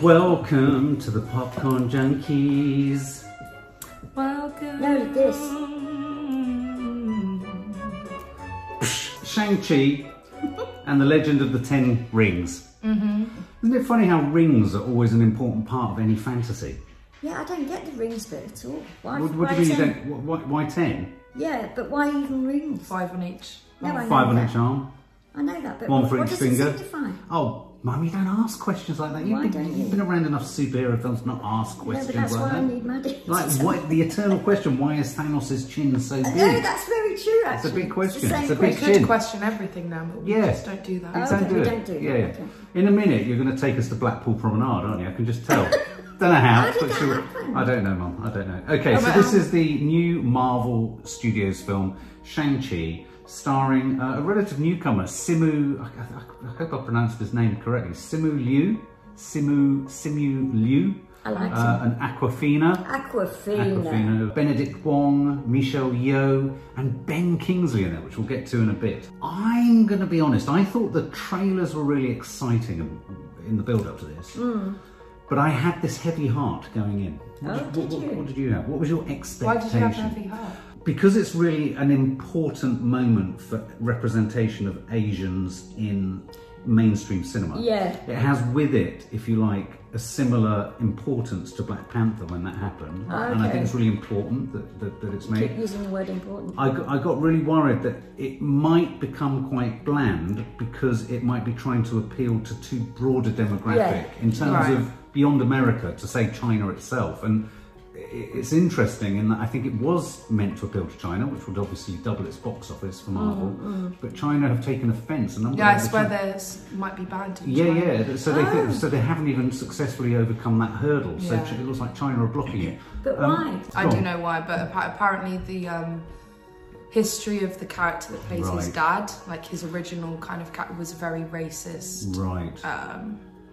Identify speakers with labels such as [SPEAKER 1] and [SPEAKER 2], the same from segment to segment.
[SPEAKER 1] Welcome to the Popcorn Junkies. Welcome.
[SPEAKER 2] No, this.
[SPEAKER 1] Shang-Chi and the Legend of the Ten Rings.
[SPEAKER 2] Mm-hmm.
[SPEAKER 1] Isn't it funny how rings are always an important part of any fantasy?
[SPEAKER 2] Yeah, I don't get the rings bit at all. Why?
[SPEAKER 1] What,
[SPEAKER 2] why
[SPEAKER 1] what do you mean you
[SPEAKER 2] ten?
[SPEAKER 1] don't? Why, why ten?
[SPEAKER 2] Yeah, but why even rings?
[SPEAKER 3] Five on each. Oh,
[SPEAKER 2] No, I know
[SPEAKER 1] Five on
[SPEAKER 2] that.
[SPEAKER 1] each arm,
[SPEAKER 2] I know that, but
[SPEAKER 1] one
[SPEAKER 2] what,
[SPEAKER 1] for
[SPEAKER 2] what
[SPEAKER 1] each
[SPEAKER 2] does
[SPEAKER 1] finger.
[SPEAKER 2] it signify?
[SPEAKER 1] Oh, mum, you don't ask questions like that. You've,
[SPEAKER 2] Why
[SPEAKER 1] been,
[SPEAKER 2] don't
[SPEAKER 1] you've
[SPEAKER 2] you?
[SPEAKER 1] been around enough superhero films to not ask
[SPEAKER 2] No,
[SPEAKER 1] questions
[SPEAKER 2] but that's why
[SPEAKER 1] like
[SPEAKER 2] I
[SPEAKER 1] that.
[SPEAKER 2] need Maddie.
[SPEAKER 1] Like, what, the eternal question, why is Thanos' chin so big?
[SPEAKER 2] No, that's very true.
[SPEAKER 1] It's a
[SPEAKER 2] Actually,
[SPEAKER 1] big question.
[SPEAKER 2] It's the same
[SPEAKER 1] It's a
[SPEAKER 3] We
[SPEAKER 1] big
[SPEAKER 2] question.
[SPEAKER 3] could
[SPEAKER 1] Chin.
[SPEAKER 3] question everything now, but we
[SPEAKER 1] Yeah.
[SPEAKER 3] just don't do that.
[SPEAKER 2] Oh,
[SPEAKER 1] Don't
[SPEAKER 2] okay,
[SPEAKER 1] do
[SPEAKER 2] we
[SPEAKER 1] it.
[SPEAKER 2] don't do that,
[SPEAKER 1] yeah, yeah.
[SPEAKER 2] okay.
[SPEAKER 1] In a minute, you're going to take us to Blackpool Promenade, aren't you? I can just tell. don't know how.
[SPEAKER 2] How did
[SPEAKER 1] but
[SPEAKER 2] that
[SPEAKER 1] sure-
[SPEAKER 2] happen?
[SPEAKER 1] I don't know, Mum. I don't know. Okay,
[SPEAKER 3] Oh,
[SPEAKER 1] so
[SPEAKER 3] but,
[SPEAKER 1] this
[SPEAKER 3] um,
[SPEAKER 1] is the new Marvel Studios film, Shang-Chi, starring uh, a relative newcomer, Simu. I, I, I hope I pronounced his name correctly. Simu Liu. Simu Simu Liu.
[SPEAKER 2] I like
[SPEAKER 1] uh, An Aquafina.
[SPEAKER 2] Aquafina.
[SPEAKER 1] Aquafina, Benedict Wong, Michelle Yeoh, and Ben Kingsley in there, which we'll get to in a bit. I'm going to be honest, I thought the trailers were really exciting in the build up to this.
[SPEAKER 3] Hmm.
[SPEAKER 1] But I had this heavy heart going in. What,
[SPEAKER 2] Oh, did
[SPEAKER 1] what-
[SPEAKER 2] you?
[SPEAKER 1] What, what did you have? What was your
[SPEAKER 3] Why
[SPEAKER 1] expectation?
[SPEAKER 3] did you have a heavy heart?
[SPEAKER 1] because it's really an important moment for representation of Asians in mainstream cinema.
[SPEAKER 2] Yeah.
[SPEAKER 1] It has with it, if you like, a similar importance to Black Panther when that happened. And I
[SPEAKER 2] okay.
[SPEAKER 1] think it's really important that, that, that it's made.
[SPEAKER 2] Keep using the word important.
[SPEAKER 1] I got, I got really worried that it might become quite bland because it might be trying to appeal to too broad a demographic
[SPEAKER 2] Yeah.
[SPEAKER 1] in terms
[SPEAKER 3] Right.
[SPEAKER 1] of beyond America to say China itself. And i- it's interesting in that I think it was meant to appeal to China, which would obviously double its box office for Marvel. But China have taken offence, and I'm
[SPEAKER 3] Mm, Yeah, I swear there's might be banned. in
[SPEAKER 1] yeah,
[SPEAKER 3] China.
[SPEAKER 1] yeah. So they so they haven't even successfully overcome that hurdle. So
[SPEAKER 3] Yeah.
[SPEAKER 1] Ch- it looks like China are blocking it. Um,
[SPEAKER 2] But why?
[SPEAKER 3] I
[SPEAKER 1] go
[SPEAKER 3] don't
[SPEAKER 1] on.
[SPEAKER 3] know why, but appa- apparently the um, history of the character that plays his
[SPEAKER 1] Right.
[SPEAKER 3] dad, like his original kind of cat, was very racist.
[SPEAKER 1] Right.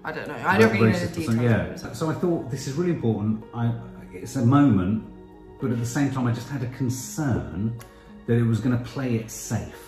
[SPEAKER 3] I don't know. I don't really know
[SPEAKER 1] racist
[SPEAKER 3] the
[SPEAKER 1] or
[SPEAKER 3] details.
[SPEAKER 1] something,
[SPEAKER 3] of
[SPEAKER 1] Yeah.
[SPEAKER 3] it.
[SPEAKER 1] So I thought this is really important. I, it's a moment, but at the same time, I just had a concern that it was going to play it safe.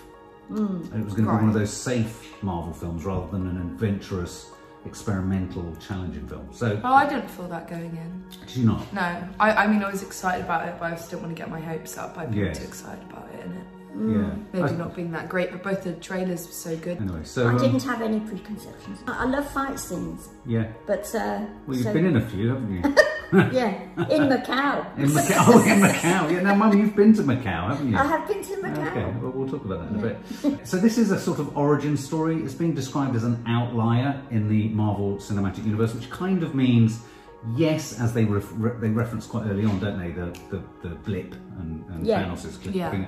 [SPEAKER 1] And it was going to be one of
[SPEAKER 3] Mm, Right.
[SPEAKER 1] those safe Marvel films rather than an adventurous, experimental, challenging film. So,
[SPEAKER 3] Well, I didn't feel that going in.
[SPEAKER 1] do you not?
[SPEAKER 3] No, I, I mean I was excited about it, but I just didn't want to get my hopes up by being
[SPEAKER 1] Yes.
[SPEAKER 3] too excited about it, and it
[SPEAKER 1] Yeah.
[SPEAKER 3] maybe
[SPEAKER 1] I-
[SPEAKER 3] not being that great. But both the trailers were so good.
[SPEAKER 1] Anyway, so
[SPEAKER 2] I
[SPEAKER 1] um,
[SPEAKER 2] didn't have any preconceptions. I I love fight scenes,
[SPEAKER 1] yeah.
[SPEAKER 2] but uh,
[SPEAKER 1] Well, you've
[SPEAKER 2] so-
[SPEAKER 1] been in a few, haven't you?
[SPEAKER 2] yeah, in Macau.
[SPEAKER 1] In Macau. Oh, in Macau. Yeah. Now, Mum, you've been to Macau, haven't you?
[SPEAKER 2] I have been to Macau.
[SPEAKER 1] Okay, well, we'll talk about that in a bit. So this is a sort of origin story. It's being described as an outlier in the Marvel Cinematic Universe, which kind of means yes, as they ref re- they reference quite early on, don't they? The the, the blip and, and
[SPEAKER 2] Yeah.
[SPEAKER 1] Thanos is
[SPEAKER 3] Yeah.
[SPEAKER 1] clipping.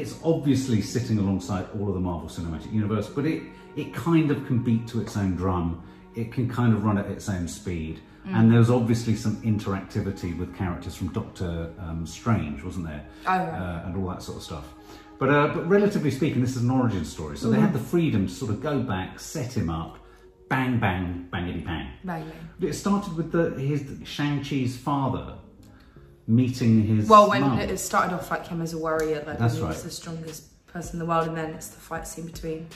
[SPEAKER 1] It's obviously sitting alongside all of the Marvel Cinematic Universe, but it it kind of can beat to its own drum. It can kind of run at its own speed.
[SPEAKER 3] Mm.
[SPEAKER 1] And there was obviously some interactivity with characters from Doctor um, Strange, wasn't there?
[SPEAKER 3] Oh, right.
[SPEAKER 1] uh, and all that sort of stuff. But, uh, but relatively speaking, this is an origin story. So they
[SPEAKER 3] Mm.
[SPEAKER 1] had the freedom to sort of go back, set him up, bang, bang, bangity bang.
[SPEAKER 3] Mainly.
[SPEAKER 1] It started with the, his Shang-Chi's father meeting his
[SPEAKER 3] Well, when
[SPEAKER 1] mum.
[SPEAKER 3] it started off like him as a warrior, like
[SPEAKER 1] That's
[SPEAKER 3] he
[SPEAKER 1] right.
[SPEAKER 3] was the strongest person in the world, and then it's the fight scene between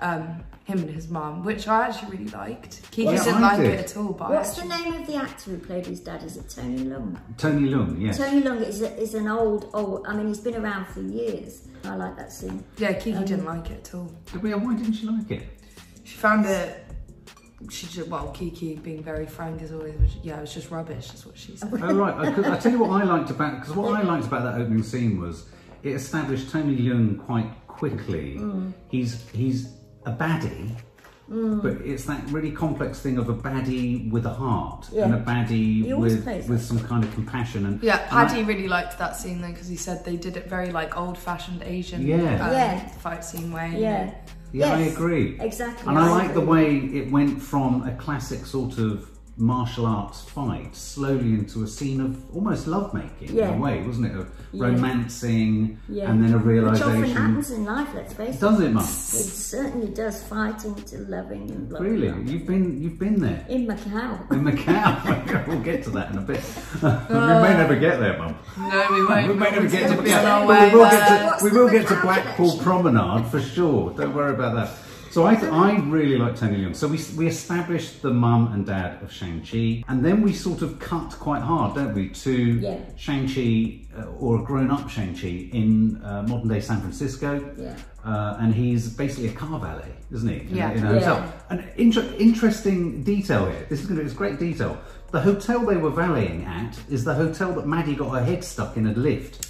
[SPEAKER 3] um, him and his mum, which I actually really liked. Keith
[SPEAKER 1] Yeah,
[SPEAKER 3] didn't
[SPEAKER 1] I
[SPEAKER 3] like
[SPEAKER 1] did.
[SPEAKER 3] it at all, but I
[SPEAKER 2] What's the
[SPEAKER 3] actually-
[SPEAKER 2] name of the actor who played his dad? Is it Tony Long?
[SPEAKER 1] Tony Leung, yes.
[SPEAKER 2] Tony Long is, a, is an old, old, I mean, he's been around for years. I like that scene.
[SPEAKER 3] yeah, Kiki
[SPEAKER 2] Um,
[SPEAKER 3] didn't like it at all.
[SPEAKER 1] Did we- Why didn't you like it?
[SPEAKER 3] She found it. She just, well, Kiki being very frank as always. Was, yeah, it was just rubbish. That's what she said.
[SPEAKER 1] oh right, I, 'cause I tell you what I liked about because what I liked about that opening scene was it established Tony Leung quite quickly.
[SPEAKER 2] Mm.
[SPEAKER 1] He's he's a baddie, but it's that really complex thing of a baddie with a heart and a
[SPEAKER 2] Yeah.
[SPEAKER 1] baddie
[SPEAKER 2] He always
[SPEAKER 1] with
[SPEAKER 2] plays
[SPEAKER 1] with some kind of compassion and
[SPEAKER 3] Yeah,
[SPEAKER 1] and I-
[SPEAKER 3] Paddy really liked that scene though because he said they did it very like old-fashioned Asian
[SPEAKER 1] Yeah.
[SPEAKER 3] um,
[SPEAKER 2] Yeah.
[SPEAKER 3] fight scene way. you
[SPEAKER 2] Yeah.
[SPEAKER 3] know.
[SPEAKER 1] Yeah, I
[SPEAKER 2] Yes,
[SPEAKER 1] agree.
[SPEAKER 2] Exactly.
[SPEAKER 1] And I like the
[SPEAKER 2] agree.
[SPEAKER 1] way it went from a classic sort of martial arts fight slowly into a scene of almost lovemaking in
[SPEAKER 2] Yeah.
[SPEAKER 1] a way, wasn't it? Of
[SPEAKER 2] Yeah.
[SPEAKER 1] romancing
[SPEAKER 2] Yeah.
[SPEAKER 1] and then a
[SPEAKER 2] Which often
[SPEAKER 1] realization.
[SPEAKER 2] happens in life, let's face it.
[SPEAKER 1] Does it, Mum?
[SPEAKER 2] It certainly does fighting to loving and blah, blah,
[SPEAKER 1] Really?
[SPEAKER 2] blah.
[SPEAKER 1] You've been you've been there
[SPEAKER 2] In Macau.
[SPEAKER 1] in Macau. we'll get to that in a bit. we
[SPEAKER 2] Uh,
[SPEAKER 1] may never get there, Mum.
[SPEAKER 3] No, we won't.
[SPEAKER 1] We may never get to
[SPEAKER 3] be on
[SPEAKER 1] Macau,
[SPEAKER 3] our
[SPEAKER 1] but
[SPEAKER 3] way
[SPEAKER 1] we will
[SPEAKER 3] there.
[SPEAKER 1] get to
[SPEAKER 2] What's
[SPEAKER 1] we
[SPEAKER 2] the
[SPEAKER 1] will get to
[SPEAKER 2] Macau
[SPEAKER 1] Blackpool
[SPEAKER 2] connection?
[SPEAKER 1] Promenade for sure. Don't worry about that. So I, I really like Tony Leung. So we, we established the mum and dad of Shang-Chi, and then we sort of cut quite hard, don't we, to
[SPEAKER 2] Yeah.
[SPEAKER 1] Shang-Chi uh, or a grown-up Shang-Chi in uh, modern-day San Francisco.
[SPEAKER 2] Yeah.
[SPEAKER 1] Uh, and he's basically a car valet, isn't he? In-
[SPEAKER 3] Yeah.
[SPEAKER 1] In a
[SPEAKER 2] Yeah.
[SPEAKER 1] hotel. An inter- interesting detail here. This is going to it's great detail. The hotel they were valeting at is the hotel that Maddie got her head stuck in a lift.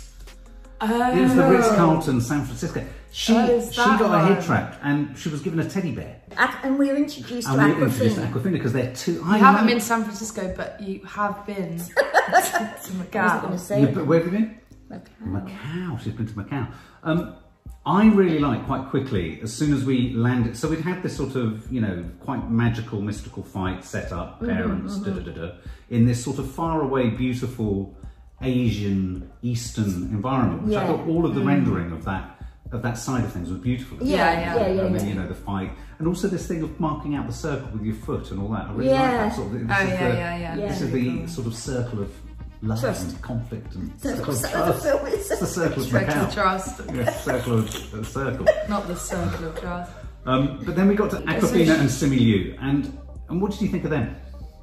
[SPEAKER 3] Oh.
[SPEAKER 1] It was the Ritz Carlton, San Francisco. She
[SPEAKER 3] Oh, is
[SPEAKER 1] she
[SPEAKER 3] that
[SPEAKER 1] got her head
[SPEAKER 3] one?
[SPEAKER 1] trapped, and she was given a teddy bear.
[SPEAKER 2] Ac- and we were introduced
[SPEAKER 1] And
[SPEAKER 2] to
[SPEAKER 1] we introduced
[SPEAKER 2] Aquafina.
[SPEAKER 1] Aquafina because they're two. I
[SPEAKER 3] You haven't
[SPEAKER 1] know-
[SPEAKER 3] been to San Francisco, but you have been to
[SPEAKER 2] I wasn't going to
[SPEAKER 3] Macau.
[SPEAKER 2] say
[SPEAKER 1] Yeah,
[SPEAKER 2] it.
[SPEAKER 1] but where have you been?
[SPEAKER 2] Okay.
[SPEAKER 1] Macau. She's been to Macau. Um, I really like quite quickly as soon as we landed. So we'd had this sort of you know quite magical, mystical fight set up,
[SPEAKER 2] Mm-hmm,
[SPEAKER 1] parents, da da da da, in this sort of faraway, beautiful Asian Eastern environment. Which I
[SPEAKER 2] Yeah. Mm-hmm.
[SPEAKER 1] thought all of the rendering of that of that side of things was beautiful.
[SPEAKER 2] Yeah,
[SPEAKER 3] Yeah,
[SPEAKER 2] yeah,
[SPEAKER 3] yeah.
[SPEAKER 2] yeah, yeah.
[SPEAKER 1] and then, you know the fight, and also this thing of marking out the circle with your foot and all that. I really like
[SPEAKER 2] Yeah.
[SPEAKER 1] that sort of. This
[SPEAKER 3] Oh,
[SPEAKER 1] is
[SPEAKER 3] yeah,
[SPEAKER 1] the,
[SPEAKER 3] yeah, yeah.
[SPEAKER 1] This
[SPEAKER 2] Yeah.
[SPEAKER 1] is the sort of circle of love
[SPEAKER 2] Trust.
[SPEAKER 1] and conflict and
[SPEAKER 2] So,
[SPEAKER 1] circle of
[SPEAKER 2] so the
[SPEAKER 1] trust.
[SPEAKER 2] film is
[SPEAKER 1] It's the circle of
[SPEAKER 3] Circle of
[SPEAKER 1] Macau.
[SPEAKER 3] Trust,
[SPEAKER 1] Yeah, circle of uh, circle.
[SPEAKER 3] not the Circle of Trust.
[SPEAKER 1] Um, but then we got to Aquafina
[SPEAKER 3] so-
[SPEAKER 1] and Simi Liu, and and what did you think of them,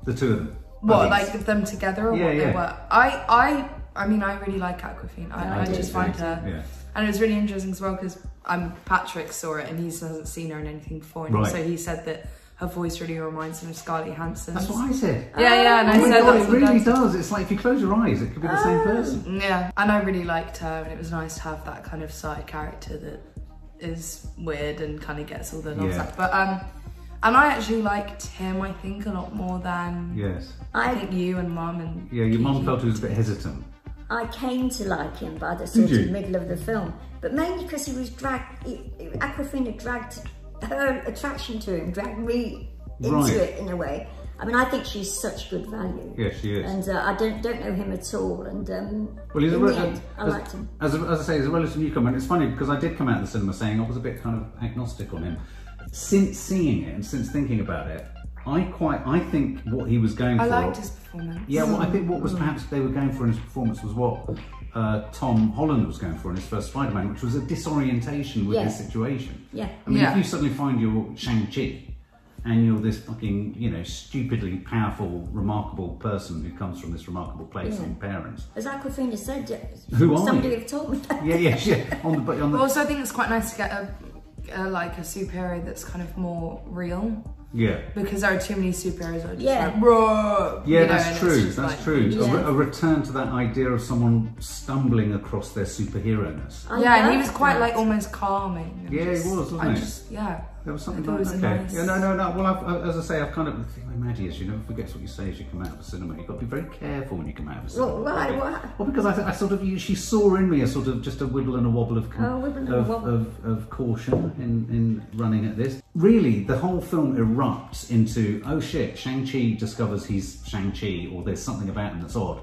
[SPEAKER 1] the two of them?
[SPEAKER 3] What,
[SPEAKER 1] Buddies.
[SPEAKER 3] like them together or
[SPEAKER 1] Yeah,
[SPEAKER 3] what they
[SPEAKER 1] yeah.
[SPEAKER 3] were? I, I, I mean, I really like Aquafina. I,
[SPEAKER 2] Yeah, I
[SPEAKER 3] I
[SPEAKER 2] do
[SPEAKER 3] just
[SPEAKER 2] too.
[SPEAKER 3] find her,
[SPEAKER 1] Yeah.
[SPEAKER 3] and it was really interesting as well because um, Patrick saw it and he hasn't seen her in anything before, and
[SPEAKER 1] Right.
[SPEAKER 3] so he said that her voice really reminds him of Scarlett Johansson.
[SPEAKER 1] That's what I said.
[SPEAKER 3] yeah, yeah, and
[SPEAKER 1] oh
[SPEAKER 3] I
[SPEAKER 1] my
[SPEAKER 3] said
[SPEAKER 1] God,
[SPEAKER 3] that's
[SPEAKER 1] it
[SPEAKER 3] what Ah.
[SPEAKER 1] really
[SPEAKER 3] that's-
[SPEAKER 1] does. It's like if you close your eyes, it could be the same person.
[SPEAKER 3] Yeah, and I really liked her, and it was nice to have that kind of side character that is weird and kind of gets all the love
[SPEAKER 1] Yeah.
[SPEAKER 3] stuff. But um, and I actually liked him, I think, a lot more than
[SPEAKER 1] Yes.
[SPEAKER 3] I
[SPEAKER 2] I
[SPEAKER 3] think you and Mum and
[SPEAKER 1] Yeah, your mum
[SPEAKER 3] Kiki.
[SPEAKER 1] felt it was a bit hesitant.
[SPEAKER 2] I came to like him by the sort
[SPEAKER 1] you?
[SPEAKER 2] of middle of the film, but mainly because he was dragged. He, he- Aquafina dragged her attraction to him, dragged me into
[SPEAKER 1] Right.
[SPEAKER 2] it in a way. I mean, I think she's such good value.
[SPEAKER 1] Yeah, she is.
[SPEAKER 2] And uh, I don't don't know him at all, and um,
[SPEAKER 1] Well, he's a
[SPEAKER 2] in
[SPEAKER 1] re-
[SPEAKER 2] the end, I
[SPEAKER 1] as,
[SPEAKER 2] liked him.
[SPEAKER 1] As, as I say, he's a relative newcomer, and it's funny because I did come out of the cinema saying I was a bit kind of agnostic on him. Since seeing it and since thinking about it, I quite I think what he was going
[SPEAKER 3] I
[SPEAKER 1] for.
[SPEAKER 3] liked his performance.
[SPEAKER 1] yeah, well, I think what
[SPEAKER 3] Mm.
[SPEAKER 1] was perhaps they were going for in his performance was what uh, Tom Holland was going for in his first Spider-Man, which was a disorientation with
[SPEAKER 2] Yeah.
[SPEAKER 1] his situation.
[SPEAKER 2] Yeah.
[SPEAKER 1] I mean,
[SPEAKER 3] Yeah.
[SPEAKER 1] if you suddenly find you're Shang Chi. And you're this fucking, you know, stupidly powerful, remarkable person who comes from this remarkable place
[SPEAKER 3] Mm.
[SPEAKER 2] Yeah.
[SPEAKER 1] and parents.
[SPEAKER 2] As Aquafina said,
[SPEAKER 1] Who are
[SPEAKER 2] somebody
[SPEAKER 1] you?
[SPEAKER 2] have told me.
[SPEAKER 1] Yeah, yeah, yeah. On the but on the
[SPEAKER 3] Also, I think it's quite nice to get a, a like a superhero that's kind of more real
[SPEAKER 1] yeah.
[SPEAKER 3] because there are too many superheroes that are just
[SPEAKER 2] Yeah.
[SPEAKER 3] like, "Bruh,"
[SPEAKER 1] Yeah,
[SPEAKER 3] you know, and
[SPEAKER 1] that's
[SPEAKER 3] it's
[SPEAKER 1] true.
[SPEAKER 3] just
[SPEAKER 1] That's
[SPEAKER 3] like-
[SPEAKER 1] true. A, re-
[SPEAKER 2] Yeah.
[SPEAKER 1] a return to that idea of someone stumbling across their superhero-ness.
[SPEAKER 2] I
[SPEAKER 3] Yeah, and he
[SPEAKER 2] liked
[SPEAKER 3] was quite
[SPEAKER 2] that.
[SPEAKER 3] like almost calming. and
[SPEAKER 1] Yeah, he
[SPEAKER 3] just-
[SPEAKER 1] was, wasn't
[SPEAKER 3] I
[SPEAKER 1] he?
[SPEAKER 3] Just, yeah.
[SPEAKER 1] There was something
[SPEAKER 3] I thought
[SPEAKER 1] like
[SPEAKER 3] it was
[SPEAKER 1] okay.
[SPEAKER 3] nice.
[SPEAKER 1] Yeah, no, no, no. Well, I've, I, as I say, I've kind of the thing with Maddie is you never forgets what you say as you come out of a cinema. You've got to be very careful when you come out of a cinema.
[SPEAKER 2] Well, why-
[SPEAKER 1] Well,
[SPEAKER 2] why?
[SPEAKER 1] Well, because I, th- I sort of you, she saw in me a sort of just a wiggle and a wobble of
[SPEAKER 2] Oh, a wibble and a
[SPEAKER 1] of,
[SPEAKER 2] wobble.
[SPEAKER 1] of, of caution in, in running at this. Really, the whole film erupts into oh shit, Shang Chi discovers he's Shang Chi, or there's something about him that's odd,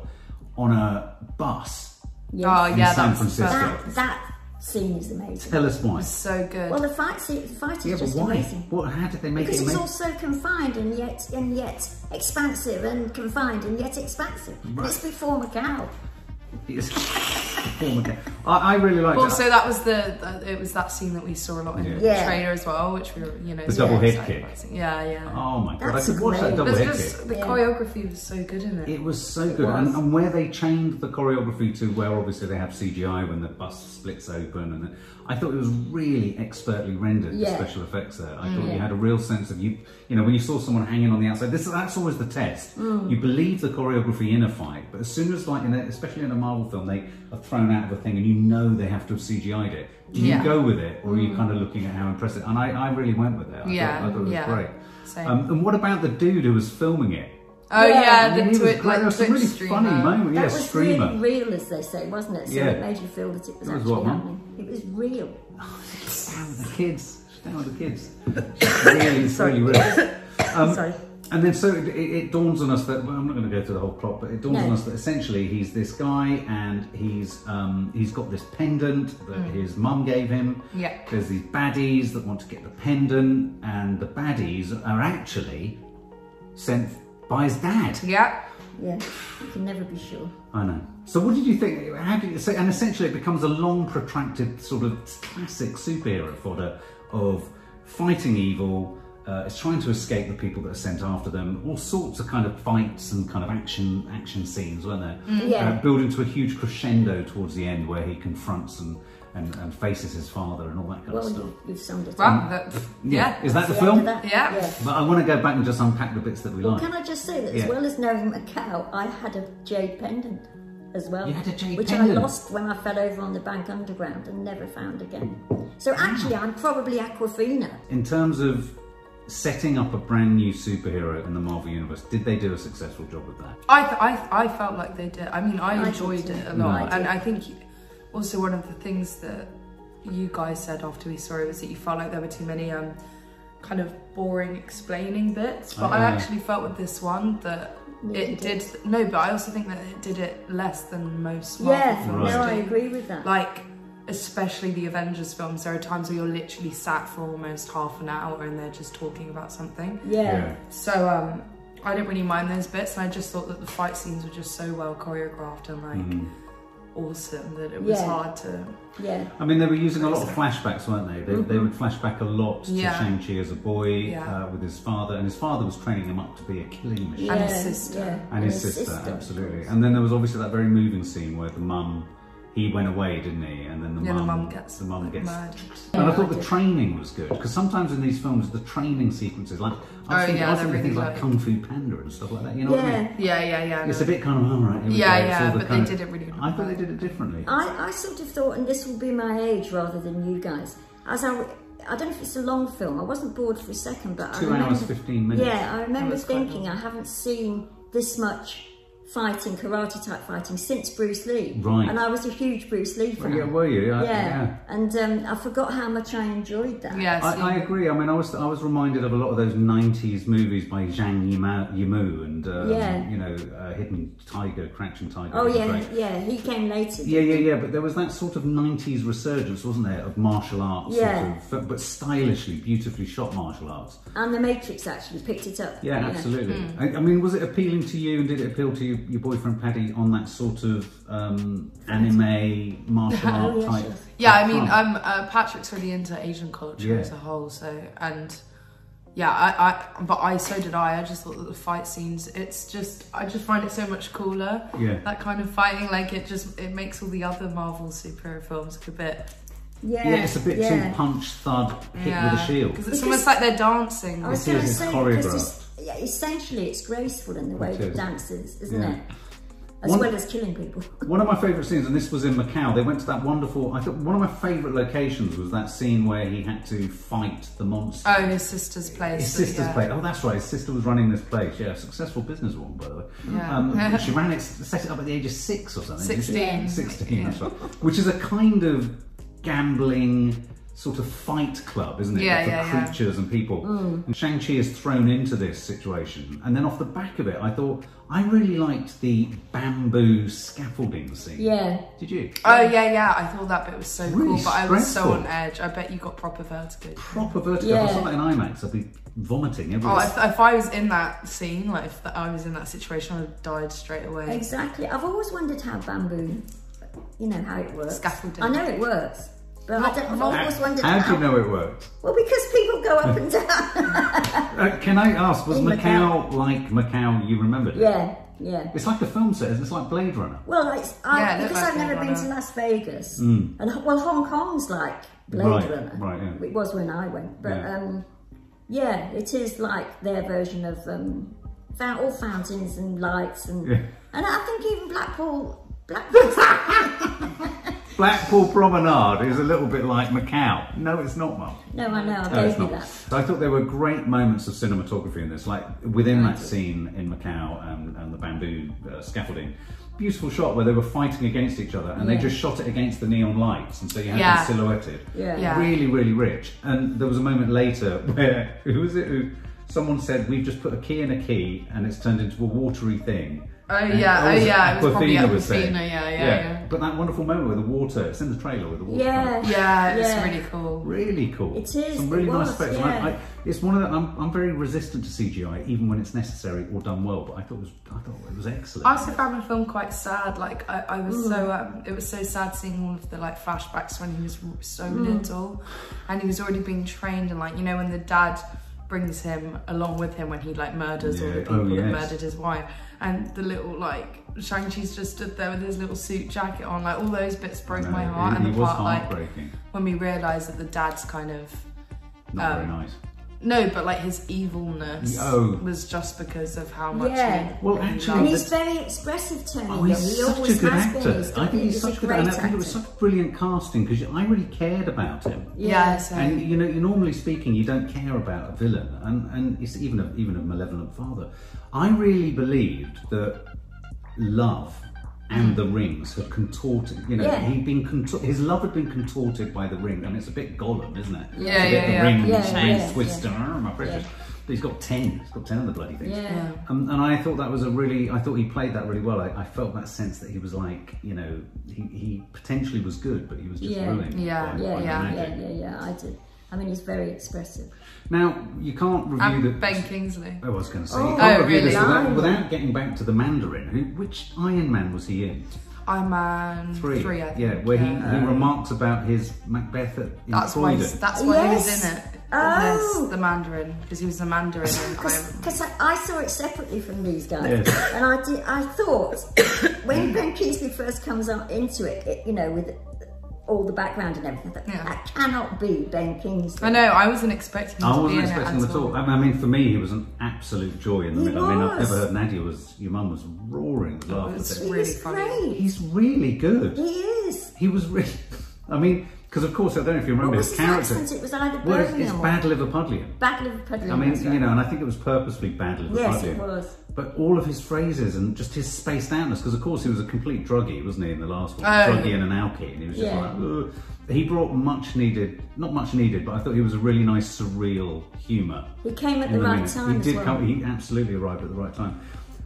[SPEAKER 1] on a bus
[SPEAKER 3] Oh,
[SPEAKER 2] Yeah.
[SPEAKER 1] in
[SPEAKER 3] yeah,
[SPEAKER 1] San
[SPEAKER 3] that's
[SPEAKER 1] Francisco.
[SPEAKER 2] That that scene is amazing.
[SPEAKER 1] Tell us why.
[SPEAKER 3] so good.
[SPEAKER 2] Well, the fight scene, the fight is
[SPEAKER 1] Yeah, but
[SPEAKER 2] just
[SPEAKER 1] why?
[SPEAKER 2] amazing.
[SPEAKER 1] What? How did they make
[SPEAKER 2] Because
[SPEAKER 1] it?
[SPEAKER 2] it's
[SPEAKER 1] amazing?
[SPEAKER 2] all so confined and yet and yet expansive and confined and yet expansive. And It's before Macau.
[SPEAKER 1] Yes. Form again. I, I really liked
[SPEAKER 3] Well,
[SPEAKER 1] it.
[SPEAKER 3] so that was the, the it was that scene that we saw a lot in
[SPEAKER 1] Yeah.
[SPEAKER 3] the
[SPEAKER 2] Yeah.
[SPEAKER 3] trailer as well, which we were you know
[SPEAKER 1] The double
[SPEAKER 3] yeah,
[SPEAKER 1] head
[SPEAKER 3] excited
[SPEAKER 1] kick.
[SPEAKER 3] about. Yeah, yeah.
[SPEAKER 1] oh my god, I
[SPEAKER 2] That's
[SPEAKER 1] could watch that
[SPEAKER 2] amazing.
[SPEAKER 1] double
[SPEAKER 3] It's
[SPEAKER 1] head
[SPEAKER 3] just
[SPEAKER 1] kick.
[SPEAKER 3] the
[SPEAKER 2] Yeah.
[SPEAKER 3] choreography was so good in it.
[SPEAKER 1] It was so
[SPEAKER 2] It
[SPEAKER 1] good,
[SPEAKER 2] was.
[SPEAKER 1] And, and where they chained the choreography to where obviously they have CGI when the bus splits open, and I thought it was really expertly rendered. The
[SPEAKER 2] Yeah.
[SPEAKER 1] special effects there,
[SPEAKER 3] Mm.
[SPEAKER 1] I thought you had a real sense of you. You know, when you saw someone hanging on the outside, this that's always the test.
[SPEAKER 3] Mm.
[SPEAKER 1] You believe the choreography in a fight, but as soon as like in a, especially in a Marvel film, they are thrown out of a thing and you know they have to have CGI'd it. Do you
[SPEAKER 3] Yeah. Mm.
[SPEAKER 1] go with it, or are you kind of looking at how impressive? And I, I really went with it. I
[SPEAKER 3] Yeah,
[SPEAKER 1] thought, I thought it was
[SPEAKER 3] yeah.
[SPEAKER 1] great.
[SPEAKER 3] Same.
[SPEAKER 1] Um, and what about the dude who was filming it?
[SPEAKER 3] oh yeah,
[SPEAKER 2] Yeah.
[SPEAKER 1] I mean,
[SPEAKER 3] the
[SPEAKER 1] he was
[SPEAKER 3] Twitch
[SPEAKER 1] great.
[SPEAKER 3] like
[SPEAKER 1] There was
[SPEAKER 3] Twitch
[SPEAKER 1] some really
[SPEAKER 3] streamer.
[SPEAKER 1] funny moment. Yeah,
[SPEAKER 2] that was
[SPEAKER 1] streamer.
[SPEAKER 2] really real, as they say, wasn't it? So
[SPEAKER 1] Yeah.
[SPEAKER 2] it made you feel that it was
[SPEAKER 1] It was
[SPEAKER 2] actually
[SPEAKER 1] what, Mum?
[SPEAKER 2] happening. It was real.
[SPEAKER 1] Down with the kids. She's down with the kids. It's really, it's really real. Um,
[SPEAKER 2] Sorry.
[SPEAKER 1] And then so it, it, it dawns on us that well, I'm not going to go through the whole plot, but it dawns
[SPEAKER 2] No.
[SPEAKER 1] on us that essentially he's this guy and he's um, he's got this pendant that
[SPEAKER 2] Mm.
[SPEAKER 1] his mum gave him.
[SPEAKER 3] Yeah.
[SPEAKER 1] There's these baddies that want to get the pendant, and the baddies are actually sent by his dad.
[SPEAKER 3] Yeah.
[SPEAKER 2] Yeah. You can never be sure.
[SPEAKER 1] I know. So what did you think? How did you say? And essentially, it becomes a long, protracted sort of classic superhero fodder of fighting evil. Uh, it's trying to escape the people that are sent after them. All sorts of kind of fights and kind of action action scenes, weren't there?
[SPEAKER 2] Mm, Yeah.
[SPEAKER 1] Uh, building to a huge crescendo towards the end, where he confronts and, and, and faces his father and all that kind of
[SPEAKER 2] Well,
[SPEAKER 1] Uh, stuff.
[SPEAKER 2] you, you've summed it
[SPEAKER 3] Right,
[SPEAKER 2] up.
[SPEAKER 3] that- pff,
[SPEAKER 1] Yeah.
[SPEAKER 3] yeah.
[SPEAKER 1] Is that the
[SPEAKER 2] Yeah,
[SPEAKER 1] film?
[SPEAKER 2] that-
[SPEAKER 3] Yeah.
[SPEAKER 1] But I want to go back and just unpack the bits that we like.
[SPEAKER 2] Can I just say that
[SPEAKER 1] Yeah.
[SPEAKER 2] as well as knowing Macau, I had a jade pendant as well.
[SPEAKER 1] You had a jade
[SPEAKER 2] which
[SPEAKER 1] pendant?
[SPEAKER 2] I lost when I fell over on the bank underground and never found again. So actually, I'm probably Aquafina.
[SPEAKER 1] In terms of setting up a brand new superhero in the Marvel Universe, did they do a successful job of that?
[SPEAKER 3] I, th- I, th- I felt like they did. I mean, I,
[SPEAKER 2] did
[SPEAKER 3] enjoyed
[SPEAKER 2] too.
[SPEAKER 3] it a
[SPEAKER 2] I
[SPEAKER 3] lot.
[SPEAKER 2] did.
[SPEAKER 3] And I think also one of the things that you guys said after we saw it was that you felt like there were too many um, kind of boring explaining bits. But I
[SPEAKER 1] yeah.
[SPEAKER 3] actually felt with this one that it did. No, but I also think that it did it less than most Marvel
[SPEAKER 2] Yeah,
[SPEAKER 3] films
[SPEAKER 2] no,
[SPEAKER 3] do.
[SPEAKER 2] I agree with that.
[SPEAKER 3] Like, especially the Avengers films, there are times where you're literally sat for almost half an hour and they're just talking about something.
[SPEAKER 2] yeah.
[SPEAKER 3] So um, I didn't really mind those bits, and I just thought that the fight scenes were just so well choreographed and like
[SPEAKER 1] Mm-hmm.
[SPEAKER 3] awesome that it was
[SPEAKER 2] Yeah.
[SPEAKER 3] hard to.
[SPEAKER 2] yeah,
[SPEAKER 1] I mean, they were using a lot of flashbacks, weren't they? They, they would flash back a lot to
[SPEAKER 3] Yeah.
[SPEAKER 1] Shang-Chi as a boy
[SPEAKER 3] Yeah.
[SPEAKER 1] uh, with his father, and his father was training him up to be a killing machine.
[SPEAKER 2] yeah,
[SPEAKER 3] And his sister.
[SPEAKER 2] yeah.
[SPEAKER 1] And his sister, absolutely. And then there was obviously that very moving scene where the mum, he went away, didn't he? And then the
[SPEAKER 3] Yeah, the
[SPEAKER 1] mum,
[SPEAKER 3] mum gets
[SPEAKER 1] the mum gets.
[SPEAKER 3] murdered.
[SPEAKER 1] And I thought the training was good because sometimes in these films the training sequences, like I was
[SPEAKER 3] Oh,
[SPEAKER 1] thinking,
[SPEAKER 3] yeah,
[SPEAKER 1] I was
[SPEAKER 3] they're
[SPEAKER 1] thinking
[SPEAKER 3] really
[SPEAKER 1] things like
[SPEAKER 3] good.
[SPEAKER 1] Kung Fu Panda and stuff like that. You know what I mean?
[SPEAKER 2] Yeah,
[SPEAKER 3] Yeah, yeah, yeah.
[SPEAKER 1] It's
[SPEAKER 3] no.
[SPEAKER 1] a bit kind of all right. here we
[SPEAKER 3] Yeah,
[SPEAKER 1] go, it's
[SPEAKER 3] yeah,
[SPEAKER 1] all the
[SPEAKER 3] but
[SPEAKER 1] kind
[SPEAKER 3] they
[SPEAKER 1] of-
[SPEAKER 3] did it really good.
[SPEAKER 1] I thought they did it differently.
[SPEAKER 2] I, I sort of thought, and this will be my age rather than you guys, as I, I don't know if it's a long film, I wasn't bored for a second, but
[SPEAKER 1] Two
[SPEAKER 2] I remember,
[SPEAKER 1] hours, fifteen minutes.
[SPEAKER 2] Yeah, I remember
[SPEAKER 3] was quite
[SPEAKER 2] thinking I haven't seen this much fighting, karate type fighting, since Bruce Lee.
[SPEAKER 1] Right.
[SPEAKER 2] And I was a huge Bruce Lee fan.
[SPEAKER 1] Yeah, were you? I-
[SPEAKER 2] yeah. and um, I forgot how much I enjoyed that.
[SPEAKER 3] yeah,
[SPEAKER 1] I,
[SPEAKER 3] so-
[SPEAKER 1] I agree. I mean, I was I was reminded of a lot of those '90s movies by Zhang Yimou, Yimou and um,
[SPEAKER 2] Yeah.
[SPEAKER 1] you know, uh, Hidden Tiger, Crouching Tiger.
[SPEAKER 2] Oh
[SPEAKER 1] was
[SPEAKER 2] yeah,
[SPEAKER 1] great.
[SPEAKER 2] yeah. He came later.
[SPEAKER 1] Yeah, yeah, yeah. But there was that sort of '90s resurgence, wasn't there, of martial arts?
[SPEAKER 2] Yeah.
[SPEAKER 1] Sort of, but stylishly, beautifully shot martial arts.
[SPEAKER 2] And The Matrix actually picked it up.
[SPEAKER 1] Yeah,
[SPEAKER 2] you know.
[SPEAKER 1] absolutely.
[SPEAKER 3] Hmm.
[SPEAKER 1] I, I mean, was it appealing to you, and did it appeal to you, your boyfriend Paddy on that sort of um, anime martial art
[SPEAKER 2] yeah,
[SPEAKER 1] type?
[SPEAKER 2] sure.
[SPEAKER 3] Oh, Yeah,
[SPEAKER 1] type
[SPEAKER 3] I mean,
[SPEAKER 1] front?
[SPEAKER 3] um, uh, Patrick's really into Asian culture
[SPEAKER 1] Yeah.
[SPEAKER 3] as a whole, so and yeah, I, I, but I, so did I. I just thought that the fight scenes, it's just, I just find it so much cooler.
[SPEAKER 1] Yeah.
[SPEAKER 3] That kind of fighting, like it just, it makes all the other Marvel superhero films look a bit.
[SPEAKER 2] Yeah,
[SPEAKER 1] yeah, it's a bit
[SPEAKER 2] yeah.
[SPEAKER 1] too punch, thud, hit
[SPEAKER 3] yeah,
[SPEAKER 1] with a shield.
[SPEAKER 3] 'cause it's
[SPEAKER 2] Because-
[SPEAKER 3] almost like they're dancing.
[SPEAKER 2] I was
[SPEAKER 1] It
[SPEAKER 2] going to
[SPEAKER 1] is,
[SPEAKER 2] say
[SPEAKER 1] it's
[SPEAKER 2] because
[SPEAKER 1] choreographed.
[SPEAKER 2] it's, yeah, essentially it's graceful in the way
[SPEAKER 1] It
[SPEAKER 2] the
[SPEAKER 1] is.
[SPEAKER 2] dance is, isn't
[SPEAKER 1] Yeah.
[SPEAKER 2] it? As
[SPEAKER 1] One-
[SPEAKER 2] well as killing people.
[SPEAKER 1] One of my favourite scenes, and this was in Macau, they went to that wonderful. I thought one of my favourite locations was that scene where he had to fight the monster.
[SPEAKER 3] Oh, his sister's place.
[SPEAKER 1] His sister's
[SPEAKER 3] yeah.
[SPEAKER 1] place. Oh, that's right. His sister was running this place. Yeah, successful businesswoman, by the way.
[SPEAKER 3] Yeah.
[SPEAKER 1] Um, she ran it, set it up at the age of six or something. didn't she?
[SPEAKER 3] Sixteen.
[SPEAKER 1] Sixteen.
[SPEAKER 3] Yeah.
[SPEAKER 1] That's right. Which is a kind of gambling sort of fight club, isn't it?
[SPEAKER 3] Yeah,
[SPEAKER 1] for
[SPEAKER 3] yeah, yeah. Mm.
[SPEAKER 1] creatures and people. And Shang Chi is thrown into this situation, and then off the back of it, I thought I really liked the bamboo scaffolding scene.
[SPEAKER 2] yeah.
[SPEAKER 1] Did you?
[SPEAKER 3] Oh yeah, yeah. I thought that bit was so
[SPEAKER 1] Really
[SPEAKER 3] cool, but I was so
[SPEAKER 1] stressful.
[SPEAKER 3] on edge. I bet you got proper vertigo.
[SPEAKER 1] proper vertigo. If I saw that in IMAX, I'd be vomiting
[SPEAKER 3] Oh,
[SPEAKER 1] everywhere.
[SPEAKER 3] if, if I was in that scene, like if I was in that situation, I would have died straight away.
[SPEAKER 2] Exactly. I've always wondered how bamboo, you know, how it works.
[SPEAKER 3] Scaffolding.
[SPEAKER 2] I know it works, but I don't, I've always wondered
[SPEAKER 1] How do
[SPEAKER 2] how.
[SPEAKER 1] you know it worked?
[SPEAKER 2] Well, because people go up and down.
[SPEAKER 1] Uh, can I ask, was
[SPEAKER 2] In
[SPEAKER 1] Macau, like Macau you remembered it?
[SPEAKER 2] yeah, yeah.
[SPEAKER 1] It's like a film set, isn't it? it's like Blade Runner.
[SPEAKER 2] Well, it's, I,
[SPEAKER 3] Yeah, it looked
[SPEAKER 2] because
[SPEAKER 3] like
[SPEAKER 2] I've never
[SPEAKER 3] Blade
[SPEAKER 2] been to
[SPEAKER 3] Runner.
[SPEAKER 2] Las Vegas, and well, Hong Kong's like Blade
[SPEAKER 1] Mm. Right,
[SPEAKER 2] Runner.
[SPEAKER 1] right, yeah.
[SPEAKER 2] It was when I went, but
[SPEAKER 1] Yeah.
[SPEAKER 2] yeah. um, yeah, it is like their version of um, fou- all fountains and lights and
[SPEAKER 1] Yeah.
[SPEAKER 2] and I think even Blackpool, Blackpool's
[SPEAKER 1] Blackpool Promenade is a little bit like Macau. No, it's not, Mum.
[SPEAKER 2] no, I know, I
[SPEAKER 1] No, it's
[SPEAKER 2] gave you
[SPEAKER 1] not.
[SPEAKER 2] that.
[SPEAKER 1] I thought there were great moments of cinematography in this, like within that scene in Macau and, and the bamboo uh, scaffolding. Beautiful shot where they were fighting against each other, and they
[SPEAKER 2] Yeah.
[SPEAKER 1] just shot it against the neon lights, and so you had
[SPEAKER 3] Yeah.
[SPEAKER 1] them silhouetted.
[SPEAKER 2] Yeah.
[SPEAKER 3] Yeah.
[SPEAKER 1] Really, really rich. And there was a moment later where who was it? Who someone said we've just put a key in a key, and it's turned into a watery thing.
[SPEAKER 3] Oh yeah,
[SPEAKER 1] Or
[SPEAKER 3] oh
[SPEAKER 1] was it
[SPEAKER 3] yeah, it was probably
[SPEAKER 1] Aquafina
[SPEAKER 3] Aquafina,
[SPEAKER 1] was there?
[SPEAKER 3] yeah, yeah, yeah.
[SPEAKER 1] But that wonderful moment with the water, it's in the trailer with the water. coming.
[SPEAKER 2] Yeah.
[SPEAKER 3] Yeah, it's
[SPEAKER 2] Yeah.
[SPEAKER 3] really cool.
[SPEAKER 1] Really cool.
[SPEAKER 2] It is,
[SPEAKER 1] Some really
[SPEAKER 2] it
[SPEAKER 1] nice
[SPEAKER 2] was,
[SPEAKER 1] effects. And I,
[SPEAKER 2] yeah.
[SPEAKER 1] I, it's one of the, I'm, I'm very resistant to CGI, even when it's necessary or done well. But I thought it was, I thought it was excellent.
[SPEAKER 3] I also found the film quite sad. Like I, I was so,
[SPEAKER 2] Mm.
[SPEAKER 3] um, it was so sad seeing all of the like flashbacks when he was so
[SPEAKER 2] Mm.
[SPEAKER 3] little, and he was already being trained. And like you know when the dad brings him along with him when he like murders all the
[SPEAKER 1] Yeah,
[SPEAKER 3] people
[SPEAKER 1] oh,
[SPEAKER 3] that
[SPEAKER 1] yes.
[SPEAKER 3] murdered his wife, and the little like Shang Chi's just stood there with his little suit jacket on. Like all those bits broke
[SPEAKER 1] No,
[SPEAKER 3] my heart,
[SPEAKER 1] it,
[SPEAKER 3] and
[SPEAKER 1] it
[SPEAKER 3] the
[SPEAKER 1] was
[SPEAKER 3] part like
[SPEAKER 1] heartbreaking.
[SPEAKER 3] when we realised that the dad's kind of
[SPEAKER 1] Not
[SPEAKER 3] um,
[SPEAKER 1] very nice.
[SPEAKER 3] No, but like his evilness
[SPEAKER 1] Oh.
[SPEAKER 3] was just because of how much.
[SPEAKER 2] Yeah.
[SPEAKER 3] He,
[SPEAKER 1] Well,
[SPEAKER 3] he
[SPEAKER 1] actually,
[SPEAKER 2] And
[SPEAKER 3] loved-
[SPEAKER 2] he's very expressive, Tony.
[SPEAKER 1] Oh,
[SPEAKER 2] though.
[SPEAKER 1] he's
[SPEAKER 2] he
[SPEAKER 1] such a
[SPEAKER 2] always
[SPEAKER 1] good
[SPEAKER 2] has been.
[SPEAKER 1] actor.
[SPEAKER 2] He's-
[SPEAKER 1] I think he's such a good,
[SPEAKER 2] great
[SPEAKER 1] and I think it was
[SPEAKER 2] actor.
[SPEAKER 1] such brilliant casting because I really cared about him.
[SPEAKER 3] yeah, so
[SPEAKER 1] And you know, you normally speaking, you don't care about a villain, and and it's even a, even a malevolent father. I really believed that love and the rings had contorted. You know,
[SPEAKER 2] Yeah.
[SPEAKER 1] he'd been contor- his love had been contorted by the ring. I mean, it's a bit Gollum, isn't it? it's a
[SPEAKER 3] Yeah,
[SPEAKER 1] bit
[SPEAKER 3] yeah,
[SPEAKER 1] the
[SPEAKER 3] yeah.
[SPEAKER 1] ring
[SPEAKER 2] Yeah,
[SPEAKER 1] chains
[SPEAKER 2] yeah,
[SPEAKER 1] twisting. "Oh, my precious.
[SPEAKER 2] Yeah.
[SPEAKER 1] But he's got ten. He's got ten of the bloody things.
[SPEAKER 2] Yeah.
[SPEAKER 1] Um, and I thought that was a really, I thought he played that really well. I, I felt that sense that he was like, you know, he, he potentially was good, but he was just
[SPEAKER 2] Yeah.
[SPEAKER 1] ruined.
[SPEAKER 3] Yeah,
[SPEAKER 1] by,
[SPEAKER 2] Yeah,
[SPEAKER 1] by the
[SPEAKER 2] yeah,
[SPEAKER 1] magic.
[SPEAKER 2] yeah, yeah, yeah. I did. I mean, he's very expressive.
[SPEAKER 1] Now, you can't review the.
[SPEAKER 3] and Ben Kingsley.
[SPEAKER 1] I was going to say,
[SPEAKER 2] Oh,
[SPEAKER 1] you can't
[SPEAKER 3] Oh,
[SPEAKER 1] review this
[SPEAKER 2] really?
[SPEAKER 1] without, without getting back to the Mandarin. Who, which Iron Man was he in?
[SPEAKER 3] I'm man three. I think.
[SPEAKER 1] yeah, where He,
[SPEAKER 3] yeah.
[SPEAKER 1] he remarks about his Macbeth at, in
[SPEAKER 3] That's why.
[SPEAKER 1] Croydon.
[SPEAKER 3] he's- That's why he was
[SPEAKER 2] Yes.
[SPEAKER 3] in it.
[SPEAKER 2] Oh.
[SPEAKER 3] This, the Mandarin, because he was the Mandarin. and I'm-
[SPEAKER 2] Because I, I saw it separately from these guys,
[SPEAKER 1] Yeah.
[SPEAKER 2] and I did, I thought when Ben Kingsley first comes on into it, it, you know, with all the background and everything, I thought,
[SPEAKER 3] Yeah.
[SPEAKER 2] that cannot be Ben Kingsley.
[SPEAKER 3] I know. I wasn't expecting. Him
[SPEAKER 1] I
[SPEAKER 3] to
[SPEAKER 1] wasn't
[SPEAKER 3] be
[SPEAKER 1] expecting
[SPEAKER 3] in
[SPEAKER 1] him
[SPEAKER 3] it
[SPEAKER 1] at all. I mean- I mean, for me, he was an absolute joy in the
[SPEAKER 2] He
[SPEAKER 1] middle. I mean, I've
[SPEAKER 2] was.
[SPEAKER 1] never heard Nadia was, your mum was roaring with laughter.
[SPEAKER 3] was-
[SPEAKER 2] He
[SPEAKER 1] but
[SPEAKER 3] Really
[SPEAKER 2] was
[SPEAKER 3] funny.
[SPEAKER 2] great.
[SPEAKER 1] He's really good.
[SPEAKER 2] He is.
[SPEAKER 1] He was really. I mean, because of course, I don't know if you remember
[SPEAKER 2] What was
[SPEAKER 1] his
[SPEAKER 2] his
[SPEAKER 1] character.
[SPEAKER 2] accent? It was either
[SPEAKER 1] well, it's, it's
[SPEAKER 2] Birmingham or-
[SPEAKER 1] bad Liverpudlian.
[SPEAKER 2] Bad Liverpudlian.
[SPEAKER 1] I mean,
[SPEAKER 2] that's
[SPEAKER 1] you
[SPEAKER 2] right.
[SPEAKER 1] know, and I think it was purposely bad Liverpudlian.
[SPEAKER 2] Yes, it was.
[SPEAKER 1] But all of his phrases and just his spaced outness, because of course he was a complete druggie, wasn't he, in the last one?
[SPEAKER 3] Oh.
[SPEAKER 1] druggie and an alkie, and he was just
[SPEAKER 2] Yeah.
[SPEAKER 1] like, Ugh. he brought much needed, not much needed, but I thought he was a really nice surreal humour.
[SPEAKER 2] He came at
[SPEAKER 1] in
[SPEAKER 2] the right
[SPEAKER 1] minute.
[SPEAKER 2] time
[SPEAKER 1] He
[SPEAKER 2] as
[SPEAKER 1] did
[SPEAKER 2] well.
[SPEAKER 1] come. He absolutely arrived at the right time.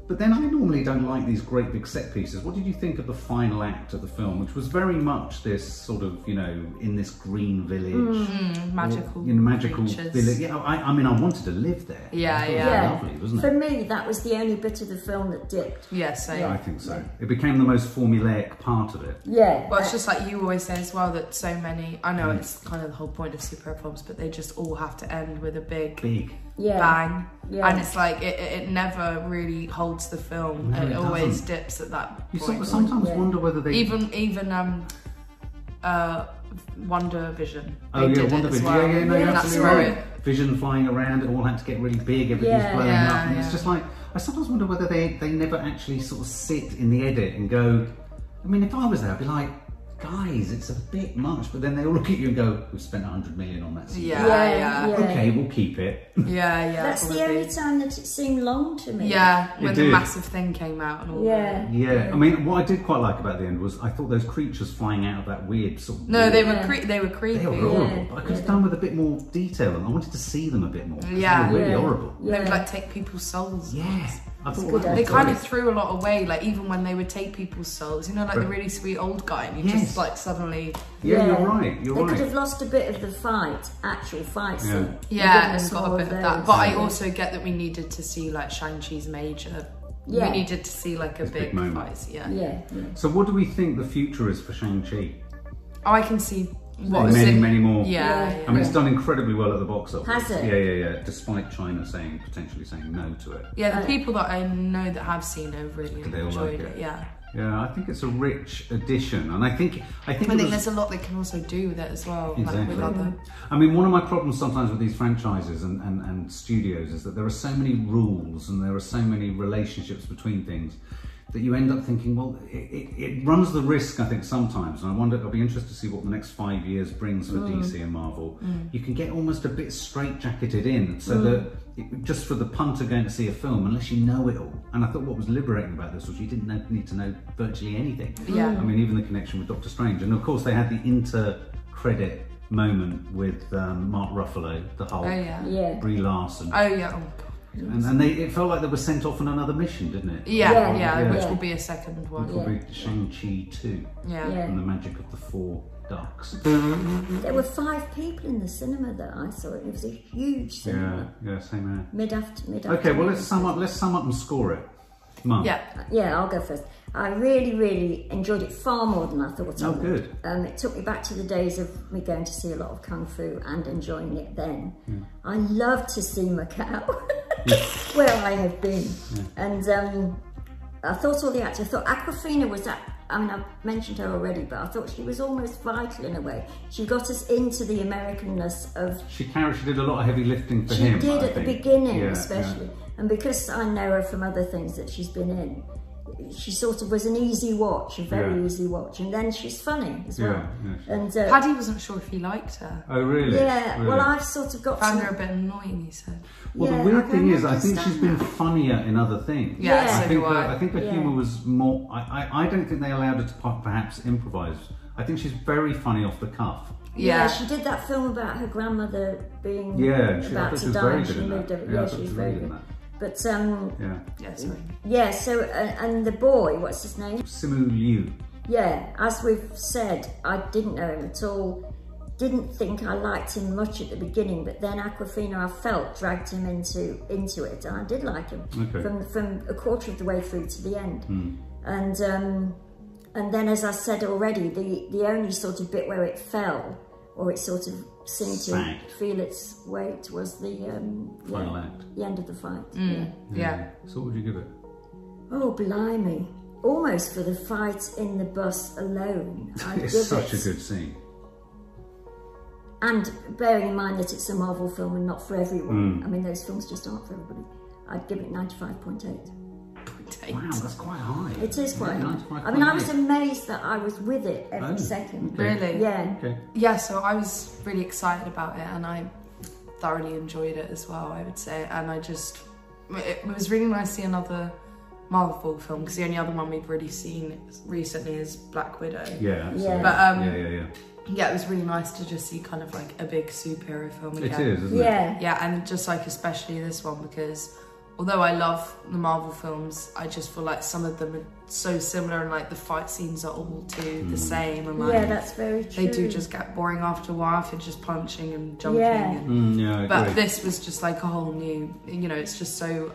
[SPEAKER 1] But then I normally don't like these great big set pieces. What did you think of the final act of the film, which was very much this sort of, you know, in this green village,
[SPEAKER 2] Mm-hmm,
[SPEAKER 3] Mm, Magical.
[SPEAKER 1] you know, magical
[SPEAKER 3] creatures.
[SPEAKER 1] village? Yeah, I, I mean, I wanted to live there. I
[SPEAKER 3] Yeah,
[SPEAKER 1] thought it was
[SPEAKER 3] yeah.
[SPEAKER 1] lovely, wasn't
[SPEAKER 2] For
[SPEAKER 1] it?
[SPEAKER 2] me, that was the only bit of the film that dipped.
[SPEAKER 3] Yeah, so.
[SPEAKER 1] I think so. It became the most formulaic part of it.
[SPEAKER 2] Yeah.
[SPEAKER 3] Well, it's
[SPEAKER 2] that-
[SPEAKER 3] just like you always say as well that so many. I
[SPEAKER 1] Mm.
[SPEAKER 3] know it's kind of the whole point of superhero films, but they just all have to end with a big
[SPEAKER 1] Big.
[SPEAKER 2] yeah.
[SPEAKER 3] bang.
[SPEAKER 2] Yeah.
[SPEAKER 3] And it's like it, it it never really holds the film.
[SPEAKER 1] No,
[SPEAKER 3] it,
[SPEAKER 1] it
[SPEAKER 3] always
[SPEAKER 1] doesn't.
[SPEAKER 3] dips at that
[SPEAKER 1] You
[SPEAKER 3] point.
[SPEAKER 1] sort of sometimes
[SPEAKER 2] Yeah.
[SPEAKER 1] wonder whether they
[SPEAKER 3] even even um uh Wonder Vision.
[SPEAKER 1] Oh
[SPEAKER 3] they
[SPEAKER 1] yeah,
[SPEAKER 3] did it
[SPEAKER 1] Wonder
[SPEAKER 3] as
[SPEAKER 1] Vision.
[SPEAKER 3] well.
[SPEAKER 1] Yeah, yeah, no, you're
[SPEAKER 3] And that's
[SPEAKER 1] absolutely
[SPEAKER 3] where
[SPEAKER 1] right.
[SPEAKER 3] it-
[SPEAKER 1] Vision flying around, it all had to get really big, everything's
[SPEAKER 2] Yeah.
[SPEAKER 1] blowing
[SPEAKER 3] Yeah,
[SPEAKER 1] up. And
[SPEAKER 3] yeah.
[SPEAKER 1] it's just like I sometimes wonder whether they, they never actually sort of sit in the edit and go I mean if I was there I'd be like, guys, it's a bit much but then they all look at you and go, We've spent hundred million on that scene.
[SPEAKER 3] Yeah,
[SPEAKER 2] Yeah,
[SPEAKER 3] yeah, yeah,
[SPEAKER 2] yeah.
[SPEAKER 1] Okay, we'll keep it.
[SPEAKER 3] yeah.
[SPEAKER 2] That's the
[SPEAKER 3] probably.
[SPEAKER 2] only time that it seemed long to me.
[SPEAKER 3] Yeah, when the
[SPEAKER 1] did.
[SPEAKER 3] massive thing came out and all.
[SPEAKER 2] Yeah.
[SPEAKER 1] yeah. I mean what I did quite like about the end was I thought those creatures flying out of that weird sort of
[SPEAKER 3] that. No, they were
[SPEAKER 2] Yeah.
[SPEAKER 3] cre- they were creepy.
[SPEAKER 1] they were
[SPEAKER 2] Yeah.
[SPEAKER 1] horrible, but I could have done with a bit more detail and I wanted to see them a bit more. 'cause
[SPEAKER 3] Yeah.
[SPEAKER 1] They were really
[SPEAKER 2] Yeah.
[SPEAKER 1] horrible.
[SPEAKER 3] They would
[SPEAKER 2] Yeah.
[SPEAKER 3] like take people's souls.
[SPEAKER 1] Yeah. I thought
[SPEAKER 2] good
[SPEAKER 1] that was
[SPEAKER 3] They kind
[SPEAKER 1] great.
[SPEAKER 3] of threw a lot away, like even when they would take people's souls, you know, like the
[SPEAKER 1] Right.
[SPEAKER 3] really sweet old guy, and you
[SPEAKER 1] Yes.
[SPEAKER 3] just like suddenly,
[SPEAKER 1] Yeah, you're right. You're
[SPEAKER 2] they
[SPEAKER 1] right.
[SPEAKER 2] could have lost a bit of the fight, actual fight
[SPEAKER 1] Yeah.
[SPEAKER 2] scene.
[SPEAKER 3] yeah,
[SPEAKER 2] They've
[SPEAKER 3] it's got a
[SPEAKER 2] given
[SPEAKER 3] bit of
[SPEAKER 2] us
[SPEAKER 3] that.
[SPEAKER 2] more
[SPEAKER 3] But I
[SPEAKER 2] those.
[SPEAKER 3] also get that we needed to see like Shang Chi's major.
[SPEAKER 2] Yeah.
[SPEAKER 3] We needed to see like a
[SPEAKER 1] His big
[SPEAKER 3] big,
[SPEAKER 1] moment.
[SPEAKER 3] fight. Yeah.
[SPEAKER 2] Yeah. yeah.
[SPEAKER 1] So, what do we think the future is for Shang Chi?
[SPEAKER 3] Oh, I can see what was
[SPEAKER 1] many,
[SPEAKER 3] in-
[SPEAKER 1] many more.
[SPEAKER 3] Yeah.
[SPEAKER 2] Yeah.
[SPEAKER 1] I mean, it's done incredibly well at the box office.
[SPEAKER 2] Has it?
[SPEAKER 1] Yeah, yeah, yeah. Despite China saying potentially saying no to it.
[SPEAKER 3] Yeah, the
[SPEAKER 2] Uh,
[SPEAKER 3] people that I know that have seen it have really
[SPEAKER 1] They all
[SPEAKER 3] enjoyed
[SPEAKER 1] like
[SPEAKER 3] it.
[SPEAKER 1] it.
[SPEAKER 3] Yeah,
[SPEAKER 1] Yeah, I think it's a rich addition, and I think I think
[SPEAKER 3] I
[SPEAKER 1] it
[SPEAKER 3] think
[SPEAKER 1] was-
[SPEAKER 3] there's a lot they can also do with it as well. Like
[SPEAKER 1] Exactly.
[SPEAKER 3] with other,
[SPEAKER 1] I mean, one of my problems sometimes with these franchises and, and, and studios is that there are so many rules and there are so many relationships between things that you end up thinking, well, it, it, it runs the risk, I think, sometimes. And I wonder, I'll be interested to see what the next five years brings for DC and Marvel. You can get almost a bit straitjacketed in so that it, just for the punter going to see a film, unless you know it all. And I thought what was liberating about this was you didn't know, need to know virtually anything.
[SPEAKER 3] yeah.
[SPEAKER 1] I mean, even the connection with Doctor Strange, and of course they had the inter-credit moment with um, Mark Ruffalo, the Hulk,
[SPEAKER 3] Oh yeah.
[SPEAKER 2] Yeah.
[SPEAKER 1] Brie Larson.
[SPEAKER 3] Oh yeah. Oh, God.
[SPEAKER 1] And, and they, it felt like they were sent off on another mission, didn't it?
[SPEAKER 3] Yeah,
[SPEAKER 2] Yeah.
[SPEAKER 3] yeah,
[SPEAKER 1] Yeah.
[SPEAKER 3] which will be a second one.
[SPEAKER 1] Probably Shang-Chi 2
[SPEAKER 3] Yeah.
[SPEAKER 2] Yeah.
[SPEAKER 1] and the magic of the four ducks.
[SPEAKER 2] There were five people in the cinema that I saw. It was a huge
[SPEAKER 1] Yeah,
[SPEAKER 2] cinema.
[SPEAKER 1] yeah, same here.
[SPEAKER 2] Mid after mid
[SPEAKER 1] Okay, well let's sum up. Let's sum up and score it. Mum.
[SPEAKER 3] Yeah.
[SPEAKER 2] Yeah, I'll go first. I really, really enjoyed it far more than I thought I
[SPEAKER 1] Oh,
[SPEAKER 2] would.
[SPEAKER 1] good.
[SPEAKER 2] Um, it took me back to the days of me going to see a lot of kung fu and enjoying it then.
[SPEAKER 1] Hmm.
[SPEAKER 2] I love to see Macau, where I have been.
[SPEAKER 1] Hmm.
[SPEAKER 2] And um, I thought all the actors, I thought Aquafina was that. I mean, I've mentioned her already, but I thought she was almost vital in a way. She got us into the Americanness of
[SPEAKER 1] She carried. She did a lot of heavy lifting for
[SPEAKER 2] she
[SPEAKER 1] him.
[SPEAKER 2] did
[SPEAKER 1] I
[SPEAKER 2] at the
[SPEAKER 1] think.
[SPEAKER 2] beginning,
[SPEAKER 1] Yeah, yeah.
[SPEAKER 2] especially. And because I know her from other things that she's been in, she sort of was an easy watch, a very
[SPEAKER 1] Yeah.
[SPEAKER 2] easy watch. And then she's funny as well.
[SPEAKER 1] Yeah, yeah, she-
[SPEAKER 2] And uh,
[SPEAKER 3] Paddy wasn't sure if he liked her.
[SPEAKER 1] Oh really?
[SPEAKER 2] yeah,
[SPEAKER 1] Really?
[SPEAKER 2] well, I've sort of got
[SPEAKER 3] Found
[SPEAKER 2] to.
[SPEAKER 3] her a bit annoying, he said.
[SPEAKER 1] Well,
[SPEAKER 2] yeah,
[SPEAKER 1] the weird
[SPEAKER 2] I
[SPEAKER 1] thing
[SPEAKER 2] don't
[SPEAKER 1] is, I think she's
[SPEAKER 2] understand
[SPEAKER 1] been
[SPEAKER 2] that.
[SPEAKER 1] funnier in other things.
[SPEAKER 3] Yeah,
[SPEAKER 2] Yeah.
[SPEAKER 1] I
[SPEAKER 3] so
[SPEAKER 1] think
[SPEAKER 3] do
[SPEAKER 1] her,
[SPEAKER 3] I.
[SPEAKER 1] I think her
[SPEAKER 2] Yeah.
[SPEAKER 1] humour was more. I, I, I don't think they allowed her to per- perhaps improvise. I think she's very funny off the cuff.
[SPEAKER 2] Yeah.
[SPEAKER 3] yeah.
[SPEAKER 2] she did that film about her grandmother being
[SPEAKER 1] Yeah, she, I
[SPEAKER 2] Mm. about
[SPEAKER 1] thought she
[SPEAKER 2] to
[SPEAKER 1] was
[SPEAKER 2] die
[SPEAKER 1] very
[SPEAKER 2] and
[SPEAKER 1] good
[SPEAKER 2] she
[SPEAKER 1] in
[SPEAKER 2] moved
[SPEAKER 1] that.
[SPEAKER 2] over.
[SPEAKER 1] Yeah, I
[SPEAKER 2] Yeah,
[SPEAKER 1] thought
[SPEAKER 2] she
[SPEAKER 1] she was
[SPEAKER 2] was
[SPEAKER 1] very
[SPEAKER 2] very
[SPEAKER 1] good in
[SPEAKER 2] good.
[SPEAKER 1] that.
[SPEAKER 2] But um,
[SPEAKER 1] Yeah,
[SPEAKER 3] yeah, sorry.
[SPEAKER 2] yeah, so uh, and the boy, what's his name?
[SPEAKER 1] Simu Liu.
[SPEAKER 2] Yeah, as we've said, I didn't know him at all. Didn't think I liked him much at the beginning, but then Aquafina, I felt, dragged him into into it, and I did like him
[SPEAKER 1] Okay. Hmm.
[SPEAKER 2] from from a quarter of the way through to the end. And um, and then, as I said already, the the only sort of bit where it fell or it sort of seemed
[SPEAKER 1] Sagged.
[SPEAKER 2] to feel its weight was the um, yeah,
[SPEAKER 1] Final act.
[SPEAKER 2] the end of the fight.
[SPEAKER 3] Hmm.
[SPEAKER 2] yeah.
[SPEAKER 3] Mm. Yeah.
[SPEAKER 1] So what would you give it?
[SPEAKER 2] Oh, blimey. Almost for the fight in the bus alone. I'd
[SPEAKER 1] It's
[SPEAKER 2] give
[SPEAKER 1] such a
[SPEAKER 2] it-
[SPEAKER 1] good scene.
[SPEAKER 2] And bearing in mind that it's a Marvel film and not for
[SPEAKER 1] Mm.
[SPEAKER 2] everyone. I mean, those films just aren't for everybody. I'd give it 95.8.
[SPEAKER 1] Wow, that's quite high.
[SPEAKER 2] It is quite
[SPEAKER 1] Yeah,
[SPEAKER 2] high.
[SPEAKER 1] that's
[SPEAKER 2] I mean, I was
[SPEAKER 1] high.
[SPEAKER 2] amazed that I was with it every
[SPEAKER 1] Oh,
[SPEAKER 2] second.
[SPEAKER 1] okay.
[SPEAKER 3] Really?
[SPEAKER 2] Yeah.
[SPEAKER 1] Okay.
[SPEAKER 3] Yeah, so I was really excited about it and I thoroughly enjoyed it as well, I would say. And I just, it was really nice to see another Marvel film because the only other one we've really seen recently is Black Widow.
[SPEAKER 1] Yeah. absolutely.
[SPEAKER 3] But, um,
[SPEAKER 1] yeah, yeah, yeah.
[SPEAKER 3] Yeah, it was really nice to just see kind of like a big superhero film
[SPEAKER 1] It
[SPEAKER 3] again.
[SPEAKER 1] is, isn't it?
[SPEAKER 2] Yeah.
[SPEAKER 3] Yeah, and just like especially this one because although I love the Marvel films, I just feel like some of them are so similar and like the fight scenes are all too the same and like
[SPEAKER 2] Yeah, that's very true.
[SPEAKER 3] they do just get boring after a while if you're just punching and jumping.
[SPEAKER 2] Yeah.
[SPEAKER 3] And,
[SPEAKER 1] Mm, yeah, I
[SPEAKER 3] but
[SPEAKER 1] agree.
[SPEAKER 3] this was just like a whole new, you know, it's just so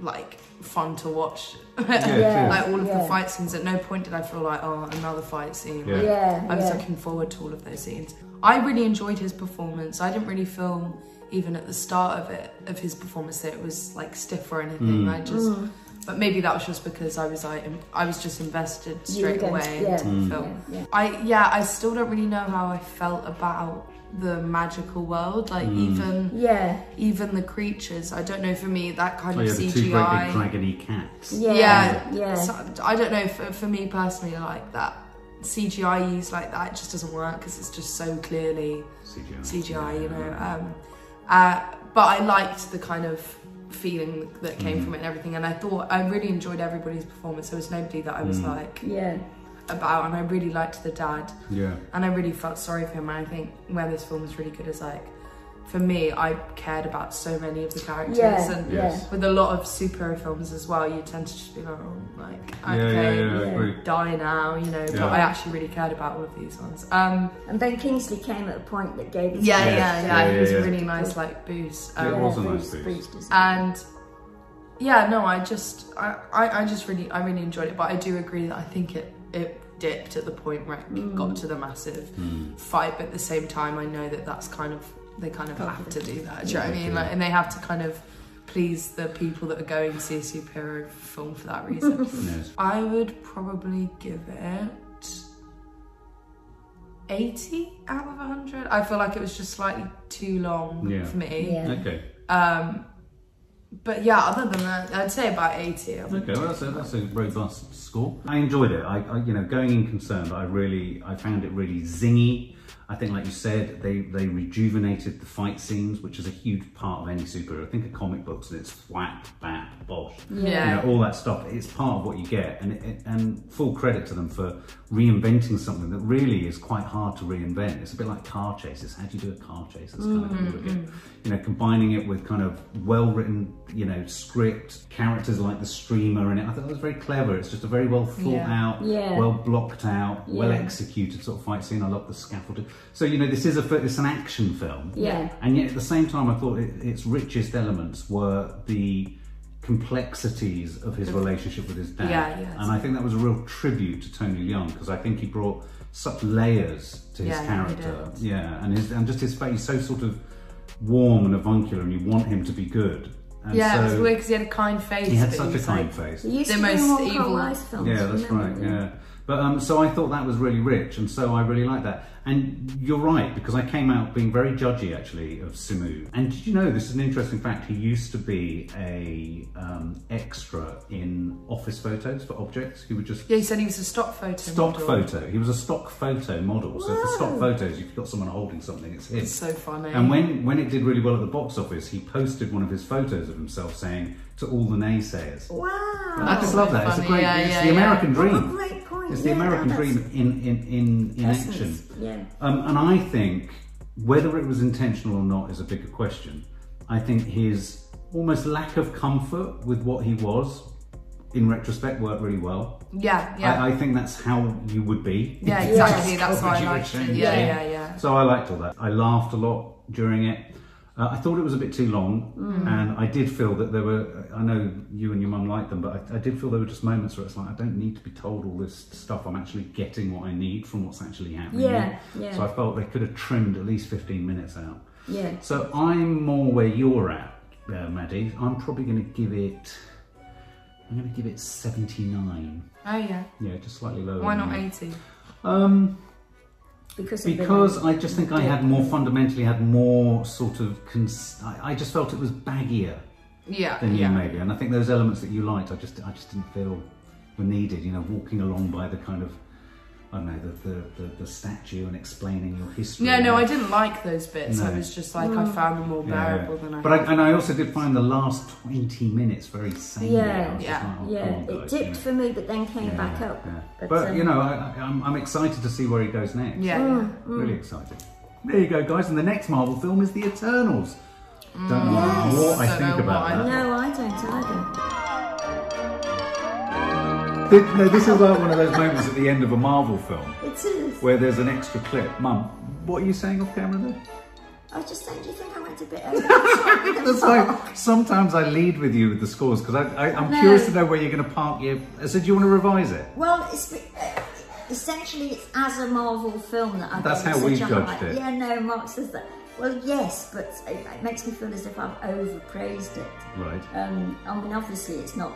[SPEAKER 3] like fun to watch.
[SPEAKER 1] Yeah,
[SPEAKER 2] Yeah.
[SPEAKER 1] it is.
[SPEAKER 3] like all of
[SPEAKER 2] Yeah.
[SPEAKER 3] the fight scenes, at no point did I feel like, oh, another fight scene.
[SPEAKER 1] Yeah.
[SPEAKER 2] Yeah.
[SPEAKER 3] I was
[SPEAKER 2] yeah.
[SPEAKER 3] looking forward to all of those scenes. I really enjoyed his performance. I didn't really feel even at the start of it of his performance that it was like stiff or anything.
[SPEAKER 1] Mm.
[SPEAKER 3] I just,
[SPEAKER 2] Mm.
[SPEAKER 3] but maybe that was just because I was like im- I was just invested
[SPEAKER 2] You
[SPEAKER 3] straight
[SPEAKER 2] were going to-
[SPEAKER 3] away
[SPEAKER 2] yeah,
[SPEAKER 3] into
[SPEAKER 1] Mm.
[SPEAKER 3] the film.
[SPEAKER 2] yeah, yeah.
[SPEAKER 3] I yeah, I still don't really know how I felt about the magical world. Like
[SPEAKER 1] Mm.
[SPEAKER 3] even
[SPEAKER 2] Yeah.
[SPEAKER 3] even the creatures. I don't know. For me, that kind
[SPEAKER 1] Oh,
[SPEAKER 3] of
[SPEAKER 1] yeah, the two great big
[SPEAKER 3] CGI.
[SPEAKER 1] dragony cats.
[SPEAKER 2] Yeah.
[SPEAKER 3] Yeah,
[SPEAKER 2] Yeah.
[SPEAKER 3] So, I don't know. For, for me personally, like that CGI use like that it just doesn't work because it's just so clearly
[SPEAKER 1] CGI.
[SPEAKER 3] CGI, you know. Um, uh, but I liked the kind of feeling that came
[SPEAKER 1] Mm.
[SPEAKER 3] from it and everything, and I thought I really enjoyed everybody's performance. There was nobody that I was
[SPEAKER 1] Mm.
[SPEAKER 3] like
[SPEAKER 2] Yeah.
[SPEAKER 3] about, and I really liked the dad,
[SPEAKER 1] Yeah.
[SPEAKER 3] and I really felt sorry for him. And I think where this film was really good is like. For me, I cared about so many of the characters,
[SPEAKER 2] Yeah.
[SPEAKER 3] and
[SPEAKER 1] Yes.
[SPEAKER 2] Yeah.
[SPEAKER 3] with a lot of superhero films as well, you tend to just be like, oh, like,
[SPEAKER 1] Yeah,
[SPEAKER 3] okay,
[SPEAKER 1] yeah, yeah, I
[SPEAKER 2] Yeah.
[SPEAKER 1] agree.
[SPEAKER 3] die now, you know.
[SPEAKER 1] Yeah.
[SPEAKER 3] But I actually really cared about all of these ones. Um,
[SPEAKER 2] And Ben Kingsley came at a point that gave us.
[SPEAKER 3] yeah,
[SPEAKER 1] Yes.
[SPEAKER 3] yeah,
[SPEAKER 1] Yeah,
[SPEAKER 3] yeah, It was
[SPEAKER 1] yeah,
[SPEAKER 3] a
[SPEAKER 1] yeah.
[SPEAKER 3] really nice like boost.
[SPEAKER 1] Yeah,
[SPEAKER 3] Um,
[SPEAKER 1] it was a nice
[SPEAKER 2] Bruce,
[SPEAKER 1] boost.
[SPEAKER 2] Bruce doesn't-
[SPEAKER 3] And yeah, no, I just, I, I, I just really, I really enjoyed it. But I do agree that I think it, it dipped at the point where it got to the massive fight. But at the same time, I know that that's kind of they kind of have to do that. Do you know what I mean? Like, and they have to kind of please the people that are going to see a superhero film for that reason.
[SPEAKER 1] Yes.
[SPEAKER 3] I would probably give it 80 out of 100. I feel like it was just slightly too long
[SPEAKER 1] Yeah.
[SPEAKER 3] for me.
[SPEAKER 2] Yeah.
[SPEAKER 1] Okay.
[SPEAKER 3] But yeah, other than that, I'd say about 80. I would-
[SPEAKER 1] Okay, well, that's a, that's a robust score. I enjoyed it. I, I, you know, going in concerned, I really, I found it really zingy. I I think, like you said, they, they rejuvenated the fight scenes, which is a huge part of any superhero. Think of comic books and it's whack, bap, bosh,
[SPEAKER 3] Yeah.
[SPEAKER 1] you know, all that stuff. It's part of what you get, and it, it- and full credit to them for reinventing something that really is quite hard to reinvent. It's a bit like car chases. How do you do a car chase? That's kind of what you get. you know, combining it with kind of well written, you know, script characters like the streamer in it. I thought that was very clever. It's just a very well thought
[SPEAKER 3] Yeah.
[SPEAKER 1] out,
[SPEAKER 2] Yeah.
[SPEAKER 1] well blocked out, well
[SPEAKER 2] Yeah.
[SPEAKER 1] executed sort of fight scene. I love the scaffolding. So you know, this is a fi- it's an action film.
[SPEAKER 2] Yeah.
[SPEAKER 1] And yet at the same time, I thought it, its richest elements were the complexities of his relationship with his dad.
[SPEAKER 3] Yeah, yeah.
[SPEAKER 1] And I think that was a real tribute to Tony Leung because I think he brought such layers to his
[SPEAKER 3] Yeah, he
[SPEAKER 1] character. Yeah, and his, and just his face, he's so sort of warm and avuncular, and you want him to be good. And
[SPEAKER 3] yeah, it was
[SPEAKER 1] so
[SPEAKER 3] weird because he had a kind face.
[SPEAKER 1] he had
[SPEAKER 3] but
[SPEAKER 1] such a
[SPEAKER 3] was
[SPEAKER 1] kind
[SPEAKER 3] like-
[SPEAKER 1] face.
[SPEAKER 2] He used
[SPEAKER 3] The
[SPEAKER 2] to do
[SPEAKER 3] most
[SPEAKER 2] more
[SPEAKER 3] evil-
[SPEAKER 2] Carl Rice films.
[SPEAKER 1] Yeah, that's
[SPEAKER 2] remember,
[SPEAKER 1] right.
[SPEAKER 2] didn't he?
[SPEAKER 1] Yeah, but um, so I thought that was really rich, and so I really like that. And you're right because I came out being very judgy actually of Simu. And did you know this is an interesting fact? He used to be a um, extra in office photos for objects. He would just
[SPEAKER 3] Yeah, he said he was a stock photo.
[SPEAKER 1] stock
[SPEAKER 3] model.
[SPEAKER 1] photo. He was a stock photo model. So for stock
[SPEAKER 2] Whoa.
[SPEAKER 1] photos, if you've got someone holding something, it's him.
[SPEAKER 3] It's so funny.
[SPEAKER 1] And when, when it did really well at the box office, he posted one of his photos of himself saying to all the naysayers.
[SPEAKER 2] Wow.
[SPEAKER 1] I just
[SPEAKER 3] so
[SPEAKER 1] love that. It's a
[SPEAKER 3] Oh, funny.
[SPEAKER 1] great.
[SPEAKER 3] Yeah,
[SPEAKER 1] it's
[SPEAKER 3] yeah,
[SPEAKER 1] the
[SPEAKER 3] yeah.
[SPEAKER 1] American dream.
[SPEAKER 2] What a great point.
[SPEAKER 1] It's the
[SPEAKER 2] Yeah,
[SPEAKER 1] American
[SPEAKER 2] that's-
[SPEAKER 1] dream in in in, in
[SPEAKER 2] Essence,
[SPEAKER 1] action.
[SPEAKER 2] yeah.
[SPEAKER 1] Um, and I think whether it was intentional or not is a bigger question. I think his almost lack of comfort with what he was, in retrospect, worked really well.
[SPEAKER 3] yeah, yeah.
[SPEAKER 1] I, I think that's how you would be.
[SPEAKER 3] Yeah,
[SPEAKER 1] Just
[SPEAKER 3] exactly. That's
[SPEAKER 1] how
[SPEAKER 3] why I
[SPEAKER 1] would you
[SPEAKER 3] liked it.
[SPEAKER 1] change?
[SPEAKER 3] Yeah, yeah, yeah.
[SPEAKER 1] So I liked all that. I laughed a lot during it. Uh, I thought it was a bit too long, and I did feel that there were. I know you and your mum liked them, but I, I did feel there were just moments where it's like I don't need to be told all this stuff. I'm actually getting what I need from what's actually happening.
[SPEAKER 2] Yeah, yeah.
[SPEAKER 1] Mm-hmm. So I felt they could have trimmed at least 15 minutes out.
[SPEAKER 2] Yeah.
[SPEAKER 1] So I'm more where you're at, uh, Maddie. I'm probably going to give it. I'm going to give it 79.
[SPEAKER 3] oh yeah.
[SPEAKER 1] Yeah, just slightly lower.
[SPEAKER 3] Why
[SPEAKER 1] than
[SPEAKER 3] not
[SPEAKER 1] that.
[SPEAKER 3] eighty?
[SPEAKER 1] Um,
[SPEAKER 2] Because of the
[SPEAKER 1] because I just think I had more fundamentally had more sort of. Cons- I, I just felt it was baggier
[SPEAKER 3] Yeah.
[SPEAKER 1] than
[SPEAKER 3] yeah.
[SPEAKER 1] you maybe, and I think those elements that you liked, I just I just didn't feel were needed. You know, walking along by the kind of. I don't know the the, the, the statue and explaining your history.
[SPEAKER 3] No, no, I didn't like those bits. I
[SPEAKER 1] No.
[SPEAKER 3] was just like, I found them more
[SPEAKER 1] Yeah.
[SPEAKER 3] bearable than I.
[SPEAKER 1] But I, and I also did find the last twenty minutes very samey. I
[SPEAKER 2] Yeah,
[SPEAKER 1] was just
[SPEAKER 3] yeah,
[SPEAKER 1] like, oh,
[SPEAKER 2] Yeah,
[SPEAKER 1] come on,
[SPEAKER 2] it
[SPEAKER 1] guys, you know.
[SPEAKER 2] dipped for me, but then came
[SPEAKER 1] Yeah,
[SPEAKER 2] back up.
[SPEAKER 1] yeah. But,
[SPEAKER 2] But, um,
[SPEAKER 1] you know, I, I, I'm, I'm excited to see where he goes next.
[SPEAKER 3] yeah,
[SPEAKER 2] Mm.
[SPEAKER 1] Really excited. There you go, guys. And the next Marvel film is The Eternals. Don't know
[SPEAKER 2] Mm. Yes.
[SPEAKER 1] what I
[SPEAKER 3] Don't
[SPEAKER 1] think
[SPEAKER 3] know
[SPEAKER 1] about
[SPEAKER 3] why.
[SPEAKER 1] that.
[SPEAKER 2] No, I don't either.
[SPEAKER 1] Thi- no, this is like one of those moments at the end of a Marvel film
[SPEAKER 2] It is.
[SPEAKER 1] where there's an extra clip. Mum, what are you saying off camera there?
[SPEAKER 2] I was just saying, do you think I went a bit over?
[SPEAKER 1] That's why sometimes I lead with you with the scores because I, I, I'm
[SPEAKER 2] No.
[SPEAKER 1] curious to know where you're going to park your. I said, do you want to revise it?
[SPEAKER 2] Well, it's uh, essentially it's as a Marvel film that I.
[SPEAKER 1] That's
[SPEAKER 2] gave
[SPEAKER 1] how
[SPEAKER 2] such
[SPEAKER 1] we
[SPEAKER 2] a
[SPEAKER 1] judged
[SPEAKER 2] high-
[SPEAKER 1] it.
[SPEAKER 2] Yeah, no, Mark says that. Well, yes, but it, it makes me feel as if I've overpraised it.
[SPEAKER 1] Right.
[SPEAKER 2] Um, I mean, obviously, it's not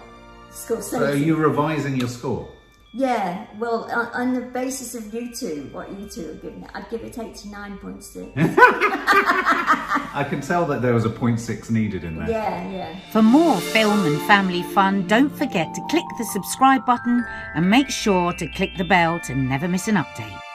[SPEAKER 2] Scorsese.
[SPEAKER 1] So are you revising your score?
[SPEAKER 2] Yeah, well, on, on the basis of you two, what you two have given it, I'd give it eighty-nine points to. yeah,
[SPEAKER 1] I can tell that there was a 0.6 needed in there.
[SPEAKER 2] yeah.
[SPEAKER 4] For more film and family fun, don't forget to click the subscribe button and make sure to click the bell to never miss an update.